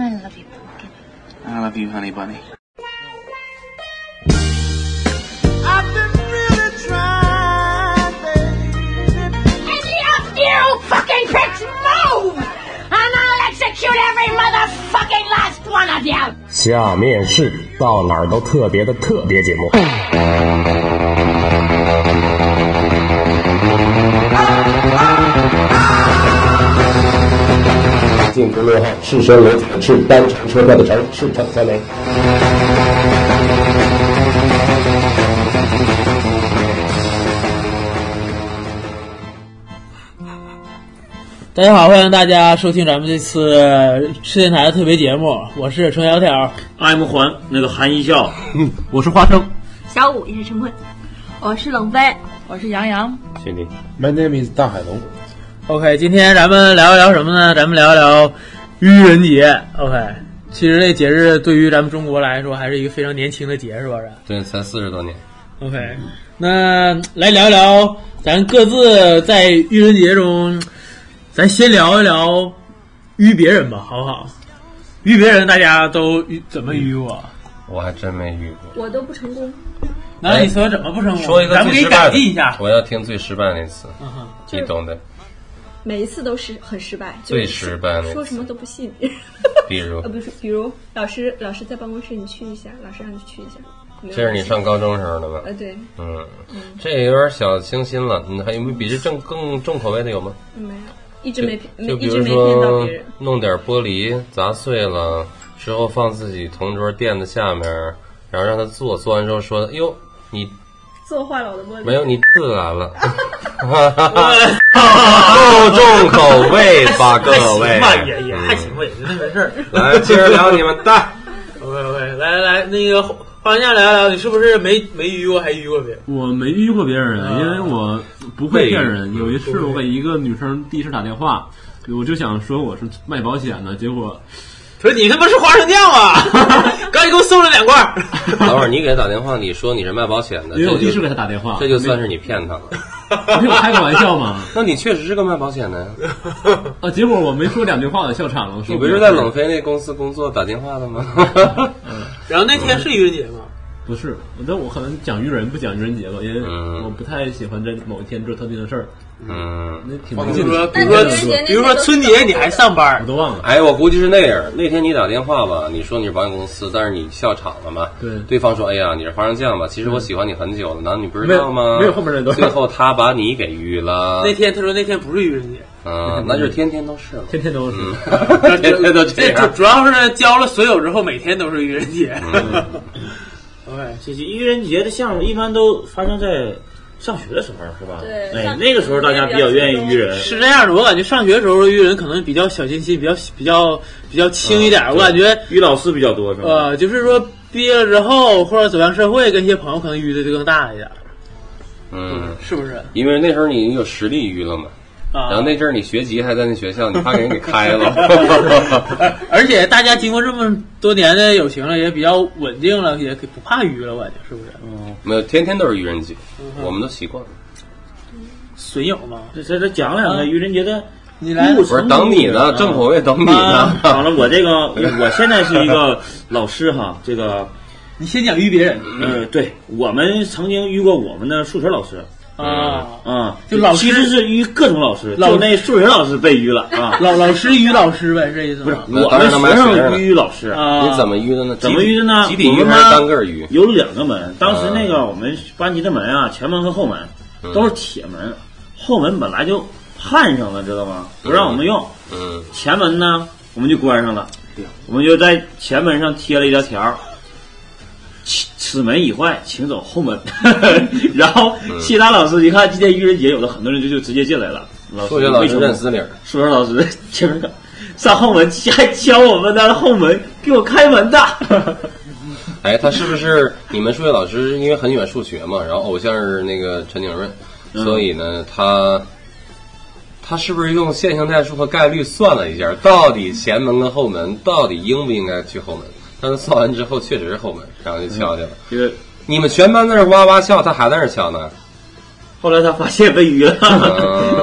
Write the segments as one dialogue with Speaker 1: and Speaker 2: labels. Speaker 1: love you, pumpkin.
Speaker 2: I love you, honey bunny.
Speaker 3: I've been really trying, baby.
Speaker 1: Any of you fucking pricks move! And I'll execute every motherfucking last one of you!
Speaker 4: 下面是到哪儿都特别的特别节目。禁止落后，是身为是单程车票的程，是程三连。
Speaker 5: 大家好，欢迎大家收听咱们这次吃电台的特别节目，我是程小条。
Speaker 6: M 环那个韩一笑，
Speaker 7: 我是花生。
Speaker 1: 小五也是陈坤，我是冷飞，我是杨洋。
Speaker 7: 兄弟，
Speaker 8: My name is 大海龙。
Speaker 5: OK，今天咱们聊一聊什么呢？咱们聊一聊愚人节。OK，其实这节日对于咱们中国来说还是一个非常年轻的节，是不是
Speaker 7: 对，才四十多年，
Speaker 5: ？OK，那来聊一聊咱各自在愚人节中，咱先聊一聊愚别人吧，好不好？愚别人，大家都愚怎么愚我？
Speaker 7: 我还真没遇过。
Speaker 1: 我都不成功，
Speaker 5: 那你说怎么不成功？
Speaker 7: 说一个
Speaker 5: 咱们
Speaker 7: 最
Speaker 5: 给
Speaker 7: 失败
Speaker 5: 改
Speaker 7: 的，
Speaker 5: 进一下。
Speaker 7: 我要听最失败那次，
Speaker 5: 嗯哼
Speaker 7: 你懂的。
Speaker 9: 每一次都是很失败，
Speaker 7: 最失败那
Speaker 9: 说
Speaker 7: 次，
Speaker 9: 什么都不信。
Speaker 7: 比如
Speaker 9: 呃，，比如说比如老师，老师在办公室，你去一下，老师让你去一下。没有
Speaker 7: 这是你上高中时候的吧？
Speaker 9: 呃，对，
Speaker 7: 嗯，这也有点小清新了。你还有没有比这正更重口味的有吗？
Speaker 9: 没有，一直没
Speaker 7: 就
Speaker 9: 骗，
Speaker 7: 比
Speaker 9: 一直
Speaker 7: 如
Speaker 9: 没骗到
Speaker 7: 说
Speaker 9: 别人。
Speaker 7: 弄点玻璃砸碎了之后放自己同桌垫子下面，然后让他坐，做完之后说：“哟，你
Speaker 9: 做坏了我的玻璃，
Speaker 7: 没有，你自来了。” 够重口味吧，各
Speaker 5: 还行
Speaker 7: 位
Speaker 5: 吧，也也
Speaker 7: 嗯
Speaker 5: 还行吧，也就那回事儿。
Speaker 7: 来，接着聊你们的。
Speaker 5: OK OK，来来来，那个花匠聊一聊，你是不是没没遇过还遇过别人？
Speaker 10: 我没遇过别人，
Speaker 5: 啊
Speaker 10: 因为我不会骗人。有一次，我给一个女生第一次打电话，我就想说我是卖保险的，结果
Speaker 5: 说你他妈是花生酱啊！ 赶紧给我送了两罐儿。
Speaker 7: 等会儿你给他打电话，你说你是卖保险的，
Speaker 10: 因为我
Speaker 7: 这
Speaker 10: 第一次
Speaker 7: 就
Speaker 10: 给她打电话，
Speaker 7: 这就算是你骗他了。
Speaker 10: 没不是我开个玩笑嘛。
Speaker 7: 那你确实是个卖保险的呀，
Speaker 10: 啊，结果我没说两句话，我笑场了。我说
Speaker 7: 你不是在冷飞那公司工作打电话的吗？
Speaker 5: 然后那天是愚人节吗？
Speaker 10: 不是，但我可能讲愚人不讲愚人节吧，因为
Speaker 7: 嗯
Speaker 10: 我不太喜欢在某一天做特定的事儿，
Speaker 7: 嗯，
Speaker 10: 那挺
Speaker 5: 比
Speaker 10: 没劲
Speaker 5: 如
Speaker 10: 的。
Speaker 5: 说，比如说
Speaker 9: 那愚人节那天，
Speaker 5: 比如说
Speaker 9: 都是
Speaker 5: 春节你还上班
Speaker 10: 我
Speaker 5: 儿，
Speaker 10: 都忘了，
Speaker 7: 哎，我估计是那样。那天你打电话吧，你说你是保险公司，但是你笑场了嘛？
Speaker 10: 对
Speaker 7: 对方说：“哎呀，你是花生酱吧？其实我喜欢你很久了，难道你不知道吗？”
Speaker 10: 没有没有后面那段
Speaker 7: 最后他把你给愚了。
Speaker 5: 那天他说那天不是愚人节，
Speaker 7: 嗯，那就是天天都是了。
Speaker 10: 天天都是。
Speaker 7: 嗯 天天都这
Speaker 5: 主
Speaker 7: 样。
Speaker 5: 主要是交了所有之后，每天都是愚人节。
Speaker 7: 嗯
Speaker 6: 哎，这些愚人节的项目一般都发生在上学的时候，是吧？
Speaker 9: 对
Speaker 6: 哎
Speaker 9: 上，
Speaker 6: 那个时候大家比较愿意愚人。
Speaker 5: 是这样的，我感觉上学的时候的愚人可能比较小清新，比较比较比较轻一点
Speaker 7: 嗯
Speaker 5: 儿。我感觉
Speaker 6: 愚老师比较多，是吧？
Speaker 5: 呃，就是说毕业了之后或者走向社会，跟一些朋友可能遇的就更大一点儿，
Speaker 7: 嗯，
Speaker 5: 是不是？啊、
Speaker 7: 因为那时候你有实力娱乐嘛，
Speaker 10: 啊
Speaker 7: 然后那阵儿你学籍还在那学校，你怕给人给开了。
Speaker 5: 而且大家经过这么多年的友情了，也比较稳定了，也不怕鱼了，我感觉是不是？
Speaker 7: 没有，天天都是愚人节，
Speaker 10: 嗯
Speaker 7: 我们都习惯了。
Speaker 5: 损友嘛，
Speaker 6: 这这这讲两个愚人节的
Speaker 5: 你来
Speaker 6: 路
Speaker 7: 不是
Speaker 6: 程。
Speaker 7: 等你呢，正口味等你
Speaker 6: 啊，好
Speaker 7: 呢。
Speaker 6: 了，我这个我现在是一个老师哈，这个
Speaker 5: 你先讲鱼别人
Speaker 6: 呃，对我们曾经遇过我们的数学老师
Speaker 7: 嗯
Speaker 5: 啊，
Speaker 6: 啊，
Speaker 5: 就老师
Speaker 6: 其实是遇各种老师，
Speaker 5: 老
Speaker 6: 就那数学老师被愚了啊，
Speaker 5: 老老师鱼老师呗，这意思
Speaker 6: 不是
Speaker 5: 吗
Speaker 7: 那
Speaker 6: 我
Speaker 7: 当
Speaker 6: 们
Speaker 7: 然他们还学
Speaker 6: 学
Speaker 7: 着呢
Speaker 6: 生愚老师
Speaker 5: 啊，
Speaker 7: 你怎么愚的呢？
Speaker 6: 怎么
Speaker 7: 集体
Speaker 6: 愚的呢
Speaker 7: 集体愚还
Speaker 6: 我们
Speaker 7: 是单个儿愚？
Speaker 6: 有两个门，当
Speaker 5: 啊
Speaker 6: 时
Speaker 7: 嗯
Speaker 6: 那个我们班级的门啊，前门和后门
Speaker 5: 嗯
Speaker 6: 都是铁门，后门本来就焊上了，知道吗？不让我们用。
Speaker 7: 嗯，
Speaker 6: 前门呢，我们就关上了，我们就在前门上贴了一条条儿。此此门已坏，请走后门。 然后
Speaker 7: 嗯
Speaker 6: 其他老师一看今天愚人节，有的很多人就就直接进来了。老师
Speaker 7: 数学老
Speaker 6: 为
Speaker 7: 师
Speaker 6: 什么
Speaker 7: 认死理儿，
Speaker 6: 数学老师 前面上后门，还敲我们的后门，给我开门的。
Speaker 7: 哎，他是不是你们数学老师？因为很喜欢数学嘛，然后偶像是那个陈景润，
Speaker 6: 嗯
Speaker 7: 所以呢，他他是不是用线性代数和概率算了一下，到底前门跟后门到底应不应该去后门？但是算完之后确实是后门，然后就敲去了。
Speaker 6: 这个
Speaker 7: 你们全班在那哇哇笑，他还在那儿笑呢。嗯
Speaker 6: 后来他发现被鱼了，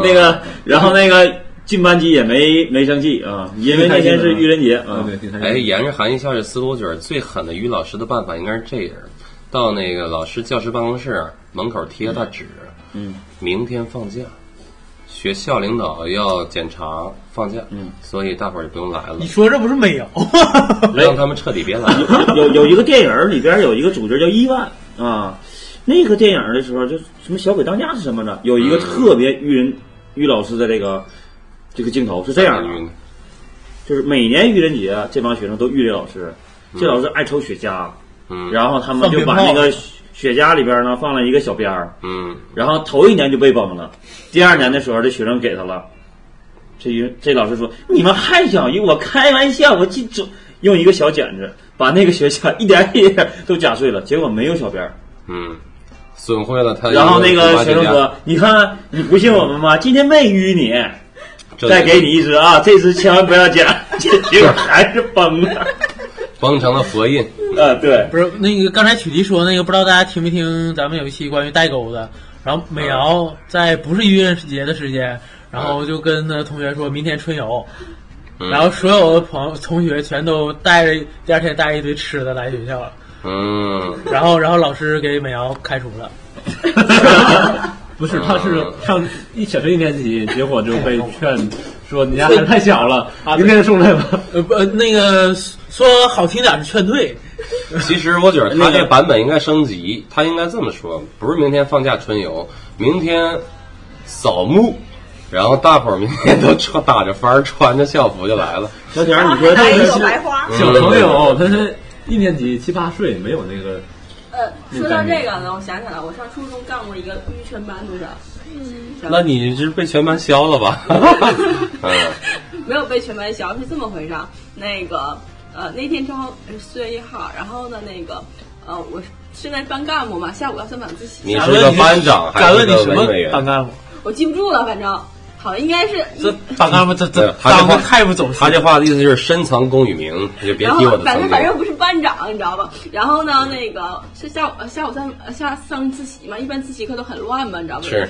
Speaker 6: 那个，然后那个进班级也没没生气啊，因为那天是愚人节啊。
Speaker 4: 对，挺开心的
Speaker 7: 哎，沿着韩信校史思路卷，最狠的于老师的办法应该是这样：到那个老师教室办公室门口贴大纸，
Speaker 6: 嗯，
Speaker 7: 明天放假，学校领导要检查放假，嗯，所以大伙儿就不用来了
Speaker 5: 你，说这不是美谣吗？
Speaker 7: 让他们彻底别来 了。
Speaker 6: 有有一个电影儿里边有一个主角叫伊万啊，那个电影儿的时候就什么小鬼当家是什么的，有一个特别愚人愚老师的这个这个镜头是这样的，
Speaker 7: 晕，
Speaker 6: 就是每年愚人节这帮学生都遇这老师，这老师爱抽雪茄，
Speaker 7: 嗯
Speaker 6: 然后他们就把
Speaker 5: 放
Speaker 6: 那
Speaker 5: 鞭炮
Speaker 6: 个雪雪茄里边呢放了一个小鞭儿，
Speaker 7: 嗯，
Speaker 6: 然后头一年就被崩了，第二年的时候这学生给他了，这一这老师说你们还想赢我开玩笑，我记住用一个小剪子把那个学校一点一点都夹碎了， 结果没有小边儿。
Speaker 7: 嗯，损坏了他一。
Speaker 6: 然后那
Speaker 7: 猪
Speaker 6: 个
Speaker 7: 八戒
Speaker 6: 学生
Speaker 7: 家
Speaker 6: 说，你看你不信我们吗？今天没淤你，再给你一支啊，这支千万不要剪， 结果还是崩了。
Speaker 7: 崩成了佛印，
Speaker 6: 啊，对，
Speaker 5: 不是那个刚才曲迪说那个，不知道大家听没听？咱们有一期关于代沟的，然后
Speaker 7: 嗯
Speaker 5: 美瑶在不是愚人节的时间，然后就跟他同学说明天春游，
Speaker 7: 嗯
Speaker 5: 然后所有的朋友同学全都带着第二天带着一堆吃的来学校了，
Speaker 7: 嗯，
Speaker 5: 然后然后老师给美瑶开除了，
Speaker 4: 不是，他是上一小学一年级，结果就 被劝说你家孩子太小了，
Speaker 6: 啊
Speaker 4: 明天送来吧。
Speaker 5: 呃不呃那个说好听点是劝退，
Speaker 7: 其实我觉得他这个版本应该升级，他应该这么说：不是明天放假春游，明天扫墓，然后大伙儿明天都穿打着幡儿，穿着校服就来了。
Speaker 6: 小田儿，你 说这个
Speaker 11: 有白花。
Speaker 4: 小朋友，他才一年级七八岁，没有那个
Speaker 9: 呃，说到这个呢，我想起来，我上初中干过一个晕全班的事儿，
Speaker 7: 那你是被全班削了吧？嗯
Speaker 9: 没有被全班笑，是这么回事儿。那个呃，那天正好是四月一号，然后呢，那个呃，我是现在班干部嘛，下午要上晚自习，
Speaker 7: 你是个班长还
Speaker 5: 敢
Speaker 7: 是
Speaker 5: 问你
Speaker 7: 个
Speaker 5: 什么
Speaker 7: 文委
Speaker 5: 当
Speaker 7: 员？
Speaker 5: 干部？
Speaker 9: 我记不住了，反正好像应该是
Speaker 5: 这当干部这这
Speaker 7: 对他这
Speaker 5: 当的
Speaker 7: 话
Speaker 5: 太不走心
Speaker 7: 他。这话的意思就是深藏功与名，你就别
Speaker 9: 然
Speaker 7: 提我
Speaker 9: 后
Speaker 7: 的
Speaker 9: 反
Speaker 7: 曾
Speaker 9: 正
Speaker 7: 经。
Speaker 9: 反正不是班长，你知道吧？然后呢，那个是下午呃下午上呃下上自习嘛，一般自习课都很乱嘛，你知道吧？
Speaker 7: 是。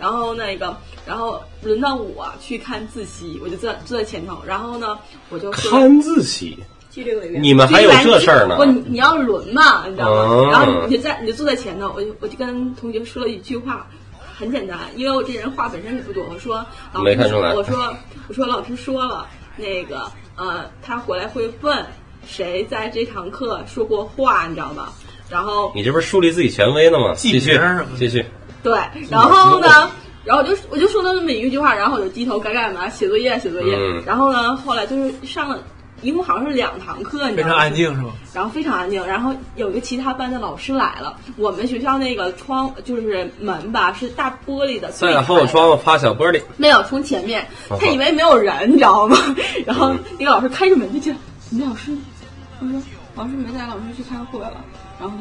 Speaker 9: 然后那个，然后轮到我去看自习，我就坐坐在前头。然后呢，我就说
Speaker 7: 看自习，
Speaker 9: 记这个里面
Speaker 7: 你们还有这事儿呢
Speaker 9: 不，你你要轮嘛，你知道吗？
Speaker 7: 哦
Speaker 9: 然后你就在你就坐在前头，我就我就跟同学说了一句话，很简单，因为我这人话本身也不多。我说老
Speaker 7: 没
Speaker 9: 师
Speaker 7: 看出来
Speaker 9: 我说我说老师说了，那个呃，他回来会问谁在这堂课说过话，你知道吗？然后
Speaker 7: 你这不是树立自己权威呢吗？
Speaker 5: 记
Speaker 7: 继续
Speaker 5: 名儿什么，的
Speaker 7: 继续。
Speaker 9: 对，然后呢，然后我就我就说了那么一句话，然后我就低头该干嘛，写作业写作业。
Speaker 7: 嗯
Speaker 9: 然后呢，后来就是上了。一共好像是两堂课，你
Speaker 5: 非
Speaker 9: 知道
Speaker 5: 常
Speaker 9: 吗？
Speaker 5: 安静是吧？
Speaker 9: 然后非常安静。然后有一个其他班的老师来了，我们学校那个窗就是门吧是大玻璃的，
Speaker 7: 再往后窗户发小玻璃，
Speaker 9: 没有从前面，
Speaker 7: 哦
Speaker 9: 他以为没有人，你知道吗？
Speaker 7: 嗯
Speaker 9: 然后那个老师开着门就进来，你们老师，我说老师没在，老师去开会了。然后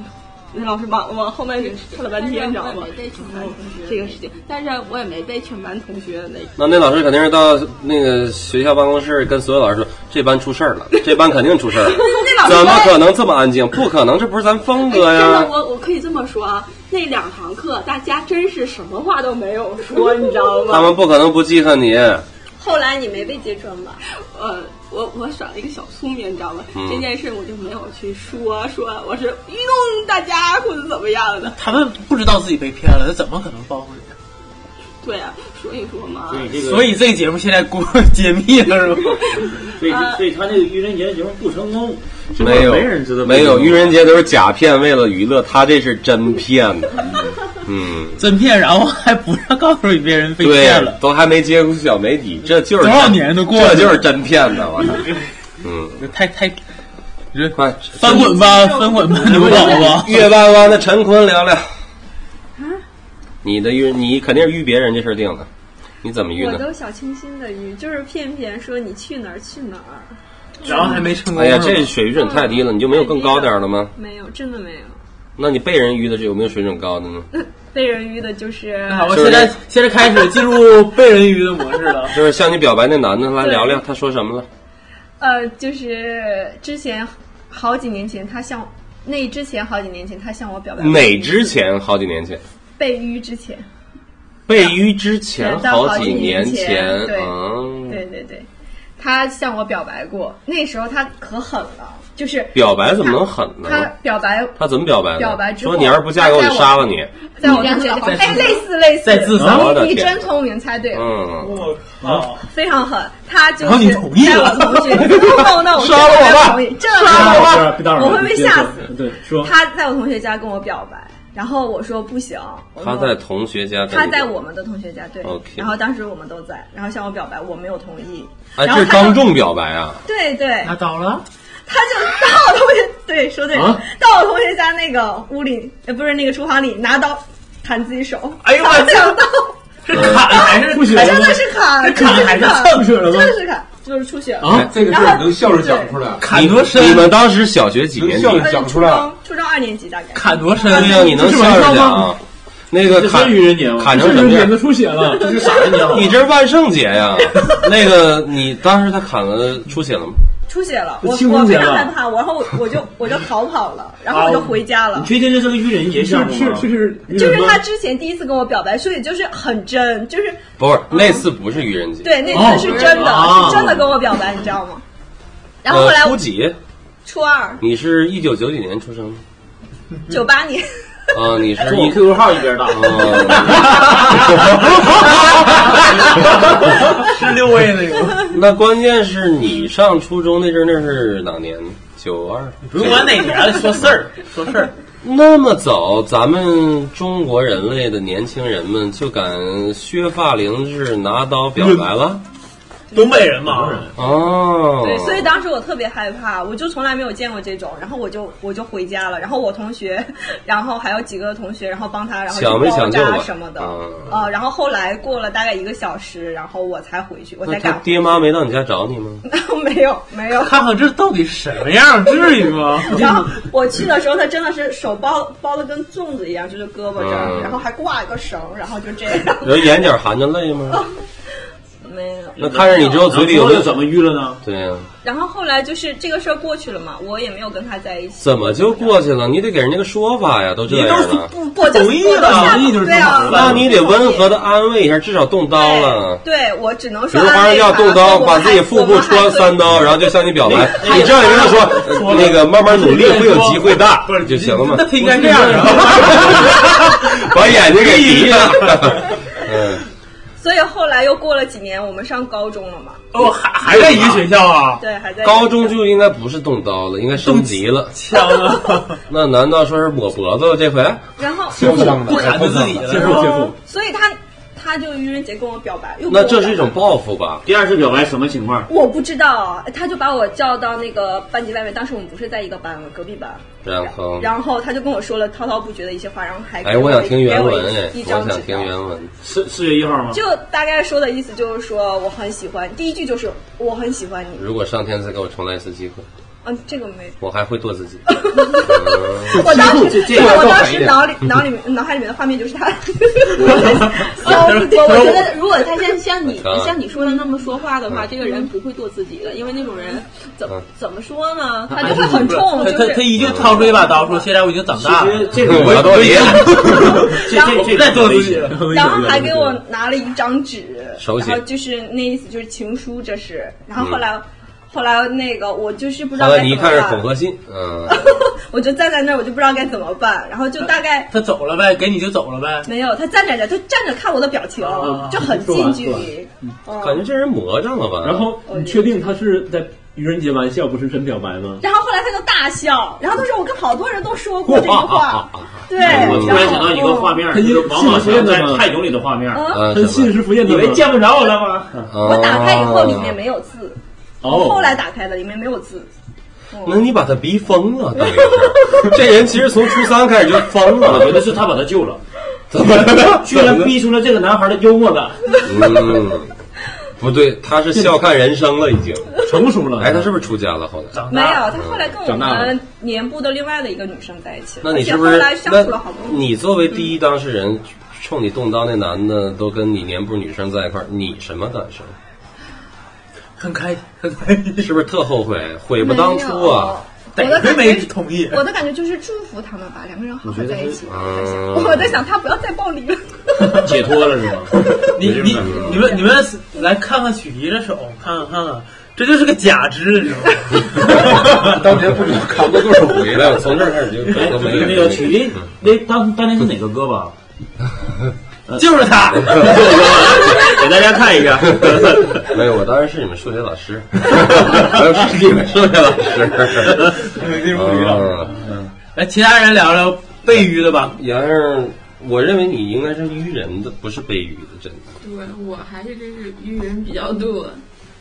Speaker 9: 那老师往往后面看了半天，你知道吗？这个事情，但是我也没被全班同学那
Speaker 7: 那那老师肯定是到那个学校办公室跟所有老师说，这班出事儿了，这班肯定出事儿了，
Speaker 9: 那老师
Speaker 7: 怎么可能这么安静？不可能，这不是咱风格
Speaker 9: 哎真的，
Speaker 7: 呀！
Speaker 9: 我我可以这么说啊，那两堂课大家真是什么话都没有说，你知道
Speaker 7: 他
Speaker 9: 吗？
Speaker 7: 们不可能不记恨你，
Speaker 11: 后来你没被揭穿吧？
Speaker 9: 呃，我我耍了一个小聪明，你知道吗？
Speaker 7: 嗯
Speaker 9: 这件事我就没有去说，说我是愚弄大家或者怎么样的。
Speaker 5: 他们不知道自己被骗了，他怎么可能报复你？
Speaker 9: 对啊，所以说嘛，
Speaker 6: 所以这个，
Speaker 5: 所以这节目现在 公揭秘了是吧？
Speaker 6: 所以
Speaker 9: 啊
Speaker 6: 所以他那个愚人节的节目不成功，是吧
Speaker 7: 没有
Speaker 6: 没人知道，
Speaker 7: 没有，愚人节都是假骗，为了娱乐，他这是真骗的。嗯，
Speaker 5: 真骗，然后还不让告诉别人被
Speaker 7: 对
Speaker 5: 骗了，，
Speaker 7: 都还没接触小媒体，这就是
Speaker 5: 多少年都过了
Speaker 7: 这就是真骗子，我操！嗯，
Speaker 5: 太太
Speaker 7: 快
Speaker 5: 翻滚吧，翻滚吧，牛宝宝！
Speaker 7: 月弯弯的陈坤聊聊。你的遇你肯定是遇别人这事儿定的，你怎么遇
Speaker 11: 我
Speaker 7: 呢？
Speaker 11: 都小清新的晕，就是骗骗说你去哪儿去哪儿，
Speaker 5: 然后还没成功。
Speaker 7: 哎呀，这水准太低了，你就没有更高点儿的吗？
Speaker 11: 没有，真的没有。
Speaker 7: 那你被人遇的是有没有水准高的呢？
Speaker 11: 被人晕的就是
Speaker 5: 好吧，现在现在开始进入被人鱼的模式 了。
Speaker 7: 就是向你表白那男的，来
Speaker 11: 对
Speaker 7: 聊聊他说什么了？
Speaker 11: 呃，就是之前好几年前他向那之前好几年前他向我表白过
Speaker 7: 哪之前好几年前
Speaker 11: 被晕之前，
Speaker 7: 被于之前
Speaker 9: 到好
Speaker 7: 几
Speaker 9: 年
Speaker 7: 前，
Speaker 9: 对、
Speaker 7: 嗯，
Speaker 9: 对对对，他向我表白过，那时候他可狠了，就是
Speaker 7: 表白怎么能狠呢？
Speaker 9: 他表白
Speaker 7: 他怎么表白呢？
Speaker 9: 表白之后
Speaker 7: 说你要是不嫁给我，就杀了你。
Speaker 9: 在我面前，哎，类似类似，
Speaker 5: 再自
Speaker 7: 杀我的
Speaker 9: 你
Speaker 7: 天
Speaker 9: 真聪明，猜对了。
Speaker 7: 嗯，
Speaker 5: 啊，
Speaker 9: 非常狠，他就是
Speaker 5: 然后你同意了
Speaker 9: 在我同学，哦那那我
Speaker 7: 杀了我吧
Speaker 9: 同意，这
Speaker 10: 别打扰
Speaker 9: 我会被吓死。
Speaker 10: 对，说
Speaker 9: 他在我同学家跟我表白，然后我说不行，我说
Speaker 7: 他在同学家跟你，
Speaker 9: 他在我们的同学家对
Speaker 7: OK
Speaker 9: 然后当时我们都在，然后向我表白，我没有同意，
Speaker 7: 哎，
Speaker 9: 然
Speaker 7: 这
Speaker 9: 后
Speaker 7: 是
Speaker 9: 他
Speaker 7: 当
Speaker 9: 就
Speaker 7: 众表白啊！
Speaker 9: 对对，
Speaker 10: 他到了，
Speaker 9: 他就到我同学 对说对了，到我同学家那个屋里，呃不是那个厨房里拿刀砍自己手，
Speaker 5: 哎呦我
Speaker 9: 没想到
Speaker 5: 这砍还是
Speaker 10: 不行，
Speaker 9: 真的是砍，
Speaker 5: 砍
Speaker 9: 真的
Speaker 5: 还
Speaker 9: 是
Speaker 5: 是
Speaker 9: 砍，
Speaker 5: 蹭
Speaker 10: 出去了
Speaker 9: 真
Speaker 10: 吗
Speaker 9: 的是砍，就是出血了。
Speaker 10: 啊，
Speaker 12: 哎这个事
Speaker 9: 然
Speaker 12: 儿
Speaker 9: 后
Speaker 12: 能笑着讲出来，
Speaker 5: 砍多深？
Speaker 7: 你们当时小学几年级？
Speaker 12: 能笑着讲出来
Speaker 9: 初中初中二年级大概。
Speaker 5: 砍多深
Speaker 7: 对呀，你能
Speaker 10: 这是
Speaker 7: 笑
Speaker 10: 玩
Speaker 7: 着
Speaker 10: 笑
Speaker 7: 讲
Speaker 10: 吗
Speaker 7: 啊？那个
Speaker 10: 这
Speaker 7: 砍
Speaker 10: 是愚人节吗？
Speaker 7: 砍成
Speaker 10: 这
Speaker 7: 什
Speaker 10: 是愚
Speaker 7: 么
Speaker 10: 人节
Speaker 7: 样？
Speaker 10: 出血了，这是啥
Speaker 7: 你这是万圣节呀！那个，你当时他砍了出血了吗？
Speaker 9: 出血了，我
Speaker 10: 清
Speaker 9: 我
Speaker 10: 明
Speaker 9: 非
Speaker 10: 节
Speaker 9: 常
Speaker 10: 了
Speaker 9: 害怕，我然后我我就我就逃跑了，然后我就回家了
Speaker 6: 你。确定这是个愚人节项
Speaker 10: 是
Speaker 6: 目
Speaker 10: 是
Speaker 6: 吗
Speaker 10: 是？是，
Speaker 9: 就是他之前第一次跟我表白，所以就是很真，就是
Speaker 7: 不是，那次不是愚人节。
Speaker 9: 对那次是真的，是真的跟我表白，你知道吗？然后后
Speaker 7: 呃，嗯
Speaker 9: 来
Speaker 7: 初
Speaker 9: 我
Speaker 7: 几？
Speaker 9: 初二
Speaker 7: 你是一九九几年出生的？
Speaker 9: 九八年，
Speaker 7: 啊，你是
Speaker 6: 我
Speaker 7: 一
Speaker 6: QQ 号一边打，
Speaker 5: 是六位那个，
Speaker 7: 哦那关键是你上初中那阵儿，那是哪年？九二。
Speaker 5: 不用管哪年了，说事儿，说事儿。
Speaker 7: 那么早，咱们中国人类的年轻人们就敢削发凌志、拿刀表白了？
Speaker 5: 东北人嘛，
Speaker 7: 哦，
Speaker 9: 对，所以当时我特别害怕，我就从来没有见过这种，然后我就我就回家了，然后我同学，然后还有几个同学，然后帮他，然后
Speaker 7: 抢没
Speaker 9: 去包
Speaker 7: 抢救
Speaker 9: 扎
Speaker 7: 吧
Speaker 9: 什么的
Speaker 7: 嗯，
Speaker 9: 呃，然后后来过了大概一个小时，然后我才回去，我才
Speaker 7: 那他
Speaker 9: 敢，
Speaker 7: 爹妈没到你家 找你吗？
Speaker 9: 没有没有，
Speaker 5: 看看这到底什么样，至于 吗？
Speaker 9: 然后我去的时候，他真的是手包包的跟粽子一样，就是胳膊这儿，
Speaker 7: 嗯
Speaker 9: 然后还挂一个绳，然后就这样。
Speaker 7: 有眼角含着泪
Speaker 9: 哦
Speaker 7: 吗？
Speaker 9: 没有。
Speaker 7: 那看着你之后嘴里有没有
Speaker 6: 然后又怎么淤了呢？
Speaker 7: 对啊呀、
Speaker 9: 然后后来就是这个事儿过去了嘛，我也没有跟他在一起。
Speaker 7: 怎么就过去了？你得给人家个说法呀，都这
Speaker 5: 啊
Speaker 7: 样了。
Speaker 9: 不不同
Speaker 5: 意了
Speaker 9: 同意对啊，
Speaker 7: 那你得温和的安慰一下，至少动刀了。
Speaker 9: 对，我只能
Speaker 7: 比
Speaker 9: 说
Speaker 7: 如华
Speaker 9: 安
Speaker 7: 生
Speaker 9: 慰
Speaker 7: 要
Speaker 9: 他。
Speaker 7: 动刀，把自己腹部戳三
Speaker 9: 刀。
Speaker 7: 刀，然后就向你表白。哎你这样跟他 说，呃那个慢慢努力会有机会的，就行了嘛
Speaker 5: 那。他应该这样 啊。
Speaker 7: 把眼睛给闭上。嗯，
Speaker 9: 所以后来又过了几年，我们上高中了嘛，
Speaker 5: 哦，还还在一个学校啊？
Speaker 9: 对，还在
Speaker 7: 高中就应该不是动刀了，应该升级了。
Speaker 5: 枪啊，
Speaker 7: 那难道说是抹脖子了这回？
Speaker 9: 然后，
Speaker 5: 不砍自己
Speaker 10: 接
Speaker 5: 了。
Speaker 10: 受接受，
Speaker 9: 所以他他就愚人节跟我表白，又
Speaker 7: 那
Speaker 9: 跟我
Speaker 7: 这是一
Speaker 9: 表白
Speaker 7: 种报复吧？
Speaker 6: 第二次表白什么情况？
Speaker 9: 我不知道，他就把我叫到那个班级外面，当时我们不是在一个班了，隔壁班。
Speaker 7: 然后，
Speaker 9: 然后他就跟我说了滔滔不绝的一些话，然后还
Speaker 7: 哎，我想听原文哎
Speaker 9: 哎，，一
Speaker 7: 我
Speaker 9: 张纸
Speaker 7: 想听
Speaker 9: 条，
Speaker 7: 原文。
Speaker 6: 四四月一号吗？
Speaker 9: 就大概说的意思就是说我很喜欢，第一句就是我很喜欢你。
Speaker 7: 如果上天再给我重来一次机会，
Speaker 9: 嗯，这个没，
Speaker 7: 我还会剁自己。
Speaker 9: 我当时
Speaker 12: 这这
Speaker 9: 我当
Speaker 12: 这
Speaker 9: 时
Speaker 12: 这
Speaker 9: 脑里脑里面脑海里面的画面就是他。 我
Speaker 8: 我觉得，如果他像像你
Speaker 5: 嗯
Speaker 7: 看
Speaker 8: 像你说的那么说话的话，这个人不会剁自己的，因为那种人怎么怎么说呢？
Speaker 9: 他就会很
Speaker 5: 嗯他
Speaker 9: 冲，就
Speaker 5: 他他
Speaker 9: 是
Speaker 5: 一定掏出一把刀说：“现在我已经长
Speaker 6: 其
Speaker 5: 大了
Speaker 6: 实，这个
Speaker 7: 我要剁你。
Speaker 6: 这这这
Speaker 5: 不再做
Speaker 6: 这
Speaker 5: 自己了。”
Speaker 9: 然后还给我拿了一张纸，
Speaker 7: 手写
Speaker 9: 然后就是那意思就是情书，这是。然后
Speaker 5: 嗯
Speaker 9: 后来，后来那个我就是不知道
Speaker 7: 后
Speaker 9: 该
Speaker 7: 来
Speaker 9: 怎
Speaker 7: 你一
Speaker 9: 么
Speaker 7: 看是恐
Speaker 9: 办，
Speaker 7: 吓信，嗯，
Speaker 9: 我就站在那儿，我就不知道该怎么办。然后就大概
Speaker 5: 他走了呗，给你就走了呗。
Speaker 9: 没有他站着，他站着看我的表情，
Speaker 7: 啊
Speaker 9: 就很近距离。
Speaker 7: 嗯
Speaker 9: 嗯
Speaker 7: 感觉这人魔怔了吧？
Speaker 10: 然后你确定他是在愚人节玩笑，不是真表白吗？
Speaker 9: 然后后来他就大笑，然后他说我跟好多人都说过这句话，对。
Speaker 6: 我 突然想到一个画面，就是王宝强在《太囧》里的画面。
Speaker 9: 嗯，
Speaker 10: 他
Speaker 7: 嗯，什么
Speaker 10: 信誓不厌
Speaker 6: 你
Speaker 10: 的
Speaker 6: 们
Speaker 10: 吗？
Speaker 6: 见不着我了吗？
Speaker 9: 我打开以后里面没有字，
Speaker 10: 哦，
Speaker 9: 后来打开的里面没有字。
Speaker 7: 那你把他逼疯了，等于 是这人其实从初三开始就疯
Speaker 6: 我觉
Speaker 7: 了，
Speaker 6: 得是他把他救了，
Speaker 7: 怎么了？
Speaker 6: 居然逼出了这个男孩的幽默感。
Speaker 7: 嗯， 不对，他是笑看人生了已经。
Speaker 10: 成熟了。
Speaker 7: 哎，他是不是出家了？后来，
Speaker 9: 没有，他后来跟我们年部的另外的一个女生在一起了，
Speaker 7: 那
Speaker 9: 而
Speaker 7: 你
Speaker 9: 且
Speaker 7: 是
Speaker 9: 后
Speaker 7: 不是
Speaker 9: 来相
Speaker 7: 那嗯
Speaker 9: 处了好多年。
Speaker 7: 你作为第一当事人，冲你动刀那男的都跟你年部女生在一块儿，你什么感 受？
Speaker 5: 很开，很开心。
Speaker 7: 哎是不是特后悔，悔不当初啊？
Speaker 9: 我
Speaker 5: 北
Speaker 9: 的感
Speaker 5: 美
Speaker 9: 觉，
Speaker 5: 同意。
Speaker 9: 我的感觉就是祝福他们吧，两个人好好在一起。
Speaker 7: 嗯，
Speaker 9: 我在想他不要再暴力了，
Speaker 6: 解脱了是吗？
Speaker 5: 你你
Speaker 6: 没
Speaker 5: 你们你们来看看曲奇的手，看看看看，这就是个假肢，你知道吗？
Speaker 7: 当年不知道扛不多少回来，我从这儿开始就扛到
Speaker 6: 哎
Speaker 7: 没
Speaker 6: 那个曲艺，
Speaker 7: 嗯
Speaker 6: 那当当年是哪个 歌吧？
Speaker 5: 就是他，
Speaker 6: 给大家看一下，
Speaker 7: 没有，我当然是你们数学老 师，我是你们数学老 师，嗯，
Speaker 5: 来其他人聊聊被鱼的吧。
Speaker 7: 洋洋，我认为你应该是愚人的，不是被愚的，真的。
Speaker 12: 对，我还是真是愚人比较多，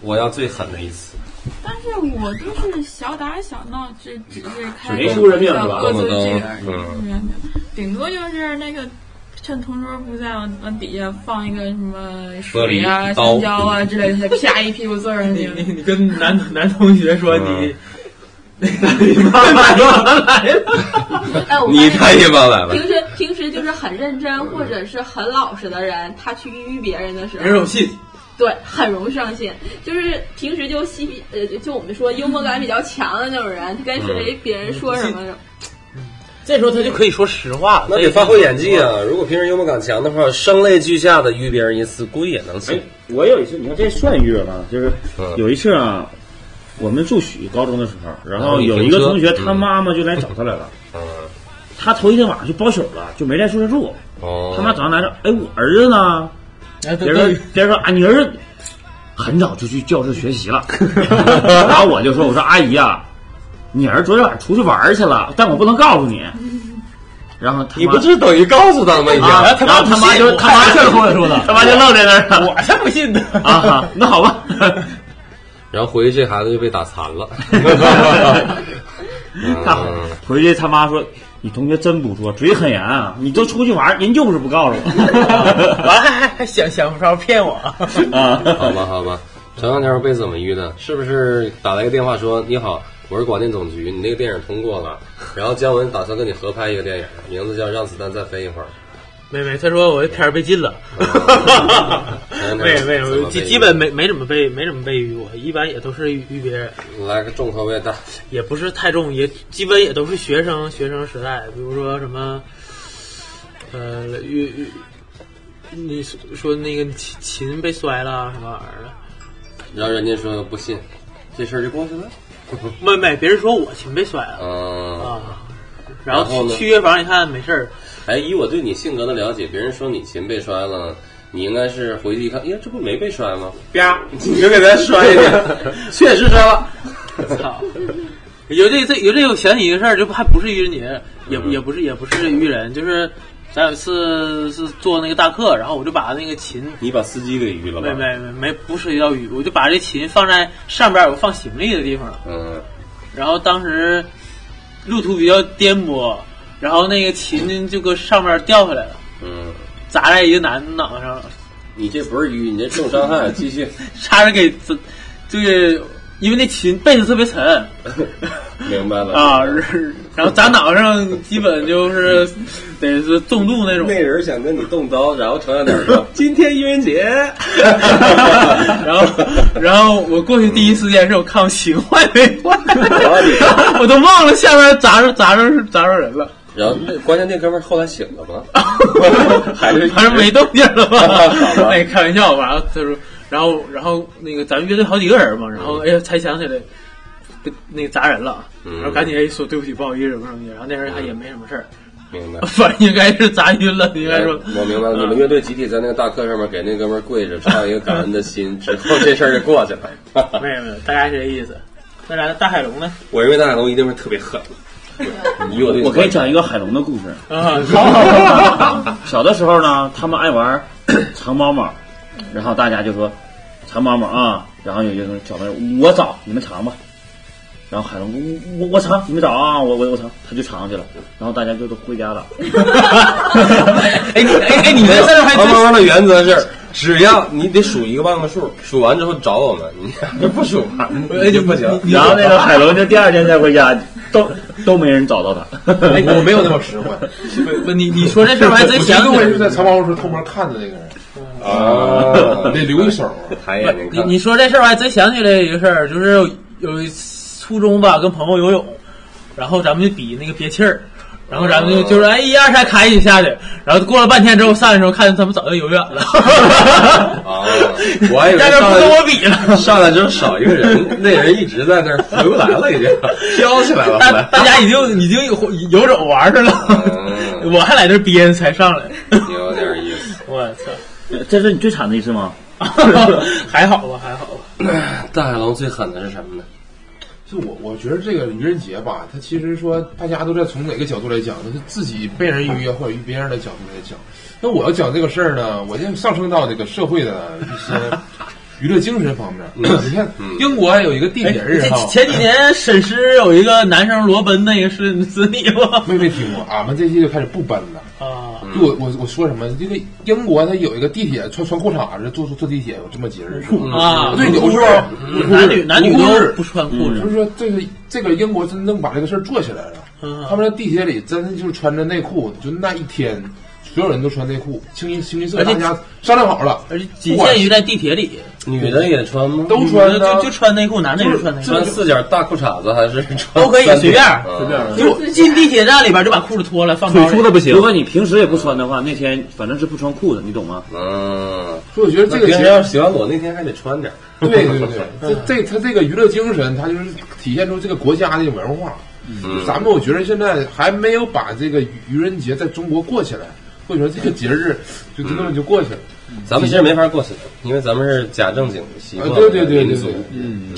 Speaker 7: 我要最狠的一次，
Speaker 12: 但是我就是小打小闹，这只是开
Speaker 6: 没出人命是吧
Speaker 12: 恶
Speaker 7: 动
Speaker 12: 作
Speaker 7: 不
Speaker 12: 剧
Speaker 7: 动
Speaker 12: 而已，
Speaker 7: 嗯
Speaker 12: 没有没有顶多就是那个。趁同桌不在，往往底下放一个什么水啊、
Speaker 7: 玻璃刀
Speaker 12: 香蕉啊之类的，啪一屁股坐上
Speaker 5: 你
Speaker 12: 去。
Speaker 5: 你你跟男男同学说你
Speaker 7: 嗯，
Speaker 5: 你妈妈来了，
Speaker 12: 哎，我
Speaker 7: 你太一般来了
Speaker 9: 平。时平时就是很认真或者是很老实的人，他去淤别人的时
Speaker 5: 人
Speaker 9: 候，
Speaker 5: 手信，
Speaker 9: 对，很容易上心。就是平时就嬉皮，呃，就我们说幽默感比较强的那种人，他跟
Speaker 7: 嗯
Speaker 9: 谁别人说什么，
Speaker 5: 这时候他就可以说实话了
Speaker 7: 那得发挥演技啊！如果平时幽默感强的话，声泪俱下的愚别人一次，估计也能
Speaker 6: 哎
Speaker 7: 行。，
Speaker 6: 我有一次，你看这算月了，就是有一次啊，我们住许高中的时候，然后有一个同学，他妈妈就来找他来了，
Speaker 7: 嗯，
Speaker 6: 他头一天晚上就包宿了，就没在宿舍住。
Speaker 7: 哦，
Speaker 6: 他妈早上来着，哎，我儿子呢？
Speaker 5: 哎，
Speaker 6: 别
Speaker 5: 对
Speaker 6: 人
Speaker 5: 对
Speaker 6: 说，别人说啊，你儿子很早就去教室学习了。然后我就说，我说阿姨啊，你儿子昨天晚上出去玩去了，但我不能告诉你。然后他
Speaker 7: 你
Speaker 6: 妈
Speaker 7: 不是等于告诉他吗？已经，
Speaker 6: 啊，然后他妈就他妈就
Speaker 10: 后来说的，
Speaker 6: 他妈就愣在那儿了
Speaker 5: 我才不信呢。
Speaker 6: 啊，那好吧。
Speaker 7: 然后回去这孩子就被打残 了。
Speaker 6: 大伙
Speaker 7: 嗯
Speaker 6: 回去他妈说：“你同学真不错，嘴很严啊！你都出去玩，人就是不告诉我。
Speaker 5: 完还还还想想法骗我，”
Speaker 6: 啊，
Speaker 7: 好吧，好吧。前两天我被怎么遇的？是不是打来个电话说你好，我是广电总局，你那个电影通过 了，然后姜文打算跟你合拍一个电影，名字叫《让子弹再飞一会儿
Speaker 5: 没没，他说我这片儿被禁 了。
Speaker 7: 嗯
Speaker 5: 没有没
Speaker 7: 怎么
Speaker 5: 有，
Speaker 7: 被
Speaker 5: 基
Speaker 7: 禁
Speaker 5: 基本没没怎么被没怎么被鱼过，一般也都是鱼别人，》，
Speaker 7: 来个重口味的。
Speaker 5: 也不是太重，也基本也都是学生学生时代，比如说什么，呃，鱼鱼，你说说那个琴琴被摔了啊什么玩意儿的，
Speaker 7: 然后人家说不信，这事儿就过去了。
Speaker 5: 没没，别人说我琴被摔了
Speaker 7: 嗯，
Speaker 5: 啊，然
Speaker 7: 然后
Speaker 5: 后
Speaker 7: 呢
Speaker 5: 去去乐房一看没事儿，
Speaker 7: 哎，以我对你性格的了解，别人说你琴被摔了，你应该是回去一看，哎呀，这不没被摔吗？
Speaker 5: 啪，
Speaker 7: 你就给他摔一个，确实摔了。
Speaker 5: 操！ 有这这有这，我想起一个事儿，这不还不是愚人节，也不
Speaker 7: 嗯
Speaker 5: 也不是也不是愚人，就是咱有一次是做那个大课，然后我就把那个琴
Speaker 7: 你把司机给愚了吧？
Speaker 5: 没没没没不涉及到雨，我就把这琴放在上边有个放行李的地方，
Speaker 7: 嗯，
Speaker 5: 然后当时路途比较颠簸，然后那个琴就搁上面掉下来了，
Speaker 7: 嗯，
Speaker 5: 砸在一个男的脑袋上了，
Speaker 7: 你这不是愚，你这重伤害。继续，
Speaker 5: 差点给这这个，因为那琴被子特别沉，
Speaker 7: 明白了
Speaker 5: 啊，然后砸脑袋上基本就是得是重度那种，
Speaker 7: 那人想跟你动刀，然后程小点说：“今天愚人节。
Speaker 5: 然后然后我过去第一时间是我看我琴坏没坏， 我都忘了下面砸着砸着砸着人了，”
Speaker 7: 然后那关键那哥们儿后来醒 了吗？
Speaker 5: 反
Speaker 7: 还是
Speaker 5: 正没动静了吧
Speaker 7: 好？吧
Speaker 5: 哎，开玩笑吧，然后他说，然后然后那个咱们乐队好几个人嘛，然后哎呀才想起来。被那个砸人了，
Speaker 7: 嗯
Speaker 5: 然后赶紧哎说对不起，不好意思什么什么的，然后那人还也没什么事
Speaker 7: 嗯
Speaker 5: 儿，
Speaker 7: 明白。
Speaker 5: 反正应该是砸晕了，应该说
Speaker 7: 我明白了，你们乐队集体在那个大课上面给那哥们儿跪着唱一个感恩的心，之后这事儿就过去了。
Speaker 5: 没有没有，大概是这意思。那咱大海龙呢？
Speaker 7: 我认为大海龙一定是特别狠。以我对 你
Speaker 6: 我给你讲一个海龙的故事。
Speaker 5: 啊，
Speaker 6: 小的时候呢，他们爱玩 藏猫猫，然后大家就说藏猫猫啊，然后有一个人小朋友我找你们藏吧，然后海龙我我我藏你们找啊，我我我藏，他就藏去了，然后大家就都回家 了。
Speaker 5: 哎你哎哎，你们在这 还
Speaker 7: 猫
Speaker 5: 真
Speaker 7: 猫的原则是，只要你得数一个半个数，数完之后找我们， 你就不数完你就不行。
Speaker 6: 然后那个海龙就第二天才回家，都都没人找到他。
Speaker 13: 我没有那么实惠。
Speaker 5: 不不你你说这事儿我还真
Speaker 13: 我
Speaker 5: 想
Speaker 13: 觉得
Speaker 5: 起
Speaker 13: 我也
Speaker 5: 来
Speaker 13: 是在藏猫时候偷摸看的那个人，
Speaker 7: 啊
Speaker 13: 我得留一手啊。
Speaker 7: 抬眼睛
Speaker 5: 你
Speaker 7: 看，
Speaker 5: 你说这事儿我还真想起来一个事儿，就是有一初中吧，跟朋友游泳，然后咱们就比那个憋气儿，然后咱们就就是哎一二三开一下去，然后过了半天之后上来的时候，看见他们早就游远了，
Speaker 7: 啊，我还以为
Speaker 5: 压根
Speaker 7: 上
Speaker 5: 不
Speaker 7: 来
Speaker 5: 跟我比了，
Speaker 7: 上来之后少一个人，那人一直在那儿回不来了，已经飘起来了。后
Speaker 5: 大
Speaker 7: 来哦
Speaker 5: 大家已经已经游走玩去了，我还在这憋着才上来，
Speaker 7: 嗯 有点意思。
Speaker 5: 我操，
Speaker 6: 这是你最惨的一次吗？
Speaker 5: 还好吧，还好吧。
Speaker 7: 大海龙最狠的是什么呢？
Speaker 13: 就我我觉得这个愚人节吧，它其实说大家都在从哪个角度来讲，就是自己被人愉悦或者于别人的角度来讲。那我要讲这个事儿呢，我就上升到这个社会的一些 娱乐精神方面。你看，英国有一个地
Speaker 5: 哎
Speaker 13: 铁日
Speaker 5: 前
Speaker 13: 哈，
Speaker 5: 前几年沈诗有一个男生裸奔，那个是是你吗？
Speaker 13: 没没听过，俺们这期就开始不奔了。
Speaker 5: 啊，
Speaker 13: 就我我我说什么？因为英国它有一个地铁穿穿裤衩子坐坐坐地铁有这么节日
Speaker 5: 啊
Speaker 13: 对，
Speaker 5: 无
Speaker 13: 有
Speaker 5: 裤
Speaker 13: 是
Speaker 5: 日
Speaker 13: 吧？
Speaker 5: 嗯男女男女都
Speaker 6: 嗯
Speaker 5: 不穿裤
Speaker 13: 子
Speaker 5: 子，
Speaker 13: 就是说这个这个英国真正把这个事儿做起来了。他们在地铁里真的就是穿着内裤，就那一天，所有人都穿内裤，清一清一色，
Speaker 5: 而且
Speaker 13: 大家商量好了，
Speaker 5: 而且仅限于在地铁里，
Speaker 7: 女的也穿吗？
Speaker 13: 都穿
Speaker 5: 女的
Speaker 13: 呢
Speaker 5: 就就穿内裤，男的也穿内裤，
Speaker 7: 穿四角大裤衩子还是穿
Speaker 5: 都可以随便儿
Speaker 7: 随便
Speaker 6: 嗯
Speaker 5: 就进地铁站里边就把裤子脱了，放包里。
Speaker 10: 不行
Speaker 6: 如果你平时也不穿的话，那天反正是不穿裤子，你懂吗？
Speaker 7: 嗯，
Speaker 13: 所以我觉得这个
Speaker 7: 平时
Speaker 13: 节
Speaker 7: 要是喜欢我那天还得穿点儿。
Speaker 13: 对对对，这这他这个娱乐精神，他就是体现出这个国家的文化。
Speaker 5: 嗯
Speaker 13: 就咱们我觉得现在还没有把这个愚人节在中国过起来，或者说这个节日就就那
Speaker 5: 嗯
Speaker 13: 么就过去了。
Speaker 7: 咱们其实没法过去，因为咱们是假正经习惯
Speaker 13: 啊对对对
Speaker 7: 民族
Speaker 13: 对对对
Speaker 7: 嗯，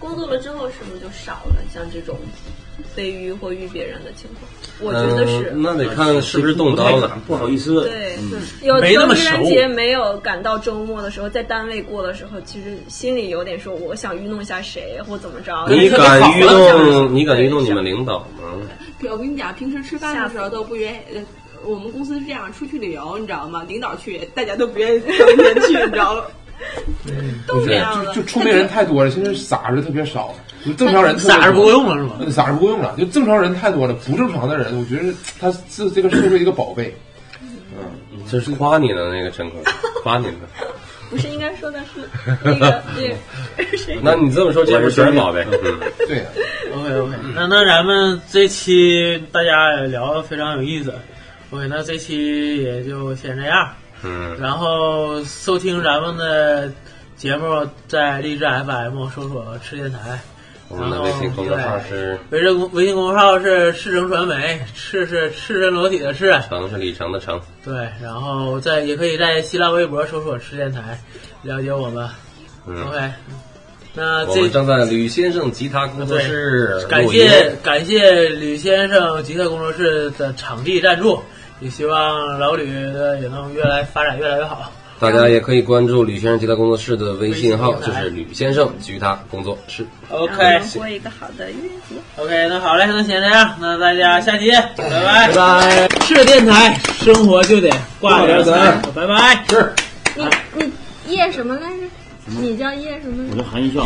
Speaker 9: 工作了之后是不是就少了像这种被愚或愚别人的情况？我觉得是。
Speaker 7: 嗯那得看是不是动刀了，
Speaker 6: 不好意思。
Speaker 9: 对，有
Speaker 7: 没那么
Speaker 9: 有愚人
Speaker 7: 熟
Speaker 9: 节没有赶到周末的时候，在单位过的时候，其实心里有点说，我想愚弄一下谁或怎么
Speaker 5: 啊
Speaker 9: 着。
Speaker 7: 你敢愚
Speaker 9: 然后
Speaker 7: 弄？你敢愚弄你们领导吗？
Speaker 5: 嗯
Speaker 14: 我跟你讲，平时吃饭的时候都不愿意。呃我们公司是这样，出去旅游，你知道吗？领导去，大家都不愿意跟人去，你知道吗？
Speaker 7: 嗯
Speaker 14: 都这
Speaker 9: 嗯
Speaker 14: 样
Speaker 13: 就
Speaker 14: 了
Speaker 13: 就出名人太多了，现在傻子特别少，就正常人特别多
Speaker 5: 傻子不够用了是吗
Speaker 13: 嗯傻子不够用了，就正常人太多了，不正常的人，我觉得他是这个社会一个宝贝。
Speaker 7: 这是夸你呢，那个陈坤，夸你呢。
Speaker 9: 不是应该说的 是那个那个谁？
Speaker 7: 那你这么说，这不全是宝贝？
Speaker 5: 嗯
Speaker 13: 对啊呀、
Speaker 6: 嗯
Speaker 5: OK OK，那那咱们这期大家也聊得非常有意思，OK，那这期也就先这样。
Speaker 7: 嗯，
Speaker 5: 然后收听咱们的节目，在荔枝 FM 搜索“吃电台”，
Speaker 7: 我
Speaker 5: 然
Speaker 7: 们
Speaker 5: 后
Speaker 7: 的微信公众号
Speaker 5: 对，微
Speaker 7: 是
Speaker 5: 信公微信公众号是“赤诚传媒”，赤是赤身裸体的赤，啊
Speaker 7: 城是里程的城。
Speaker 5: 对，然后在也可以在新浪微博搜索“吃电台”，了解我们。
Speaker 7: 嗯
Speaker 5: OK，那
Speaker 7: 我
Speaker 5: 这
Speaker 7: 们正在吕先生吉他工作室
Speaker 5: 对，感
Speaker 7: 录音
Speaker 5: 谢感谢吕先生吉他工作室的场地赞助，也希望老吕的也能越来发展越来越好。
Speaker 7: 大家也可以关注吕先生吉他工作室的微信号，
Speaker 5: 微信平
Speaker 7: 就
Speaker 5: 台
Speaker 7: 是吕先生吉他工作室。
Speaker 5: OK
Speaker 9: 然后过一个好的日子。
Speaker 5: OK，那好嘞，那先这样，那大家下期见，拜拜
Speaker 7: 拜拜。
Speaker 5: 是电台，生活就得挂点彩，拜拜。
Speaker 7: 是。
Speaker 8: 你你叶什么来着？你叫叶什么？
Speaker 6: 我叫韩一笑。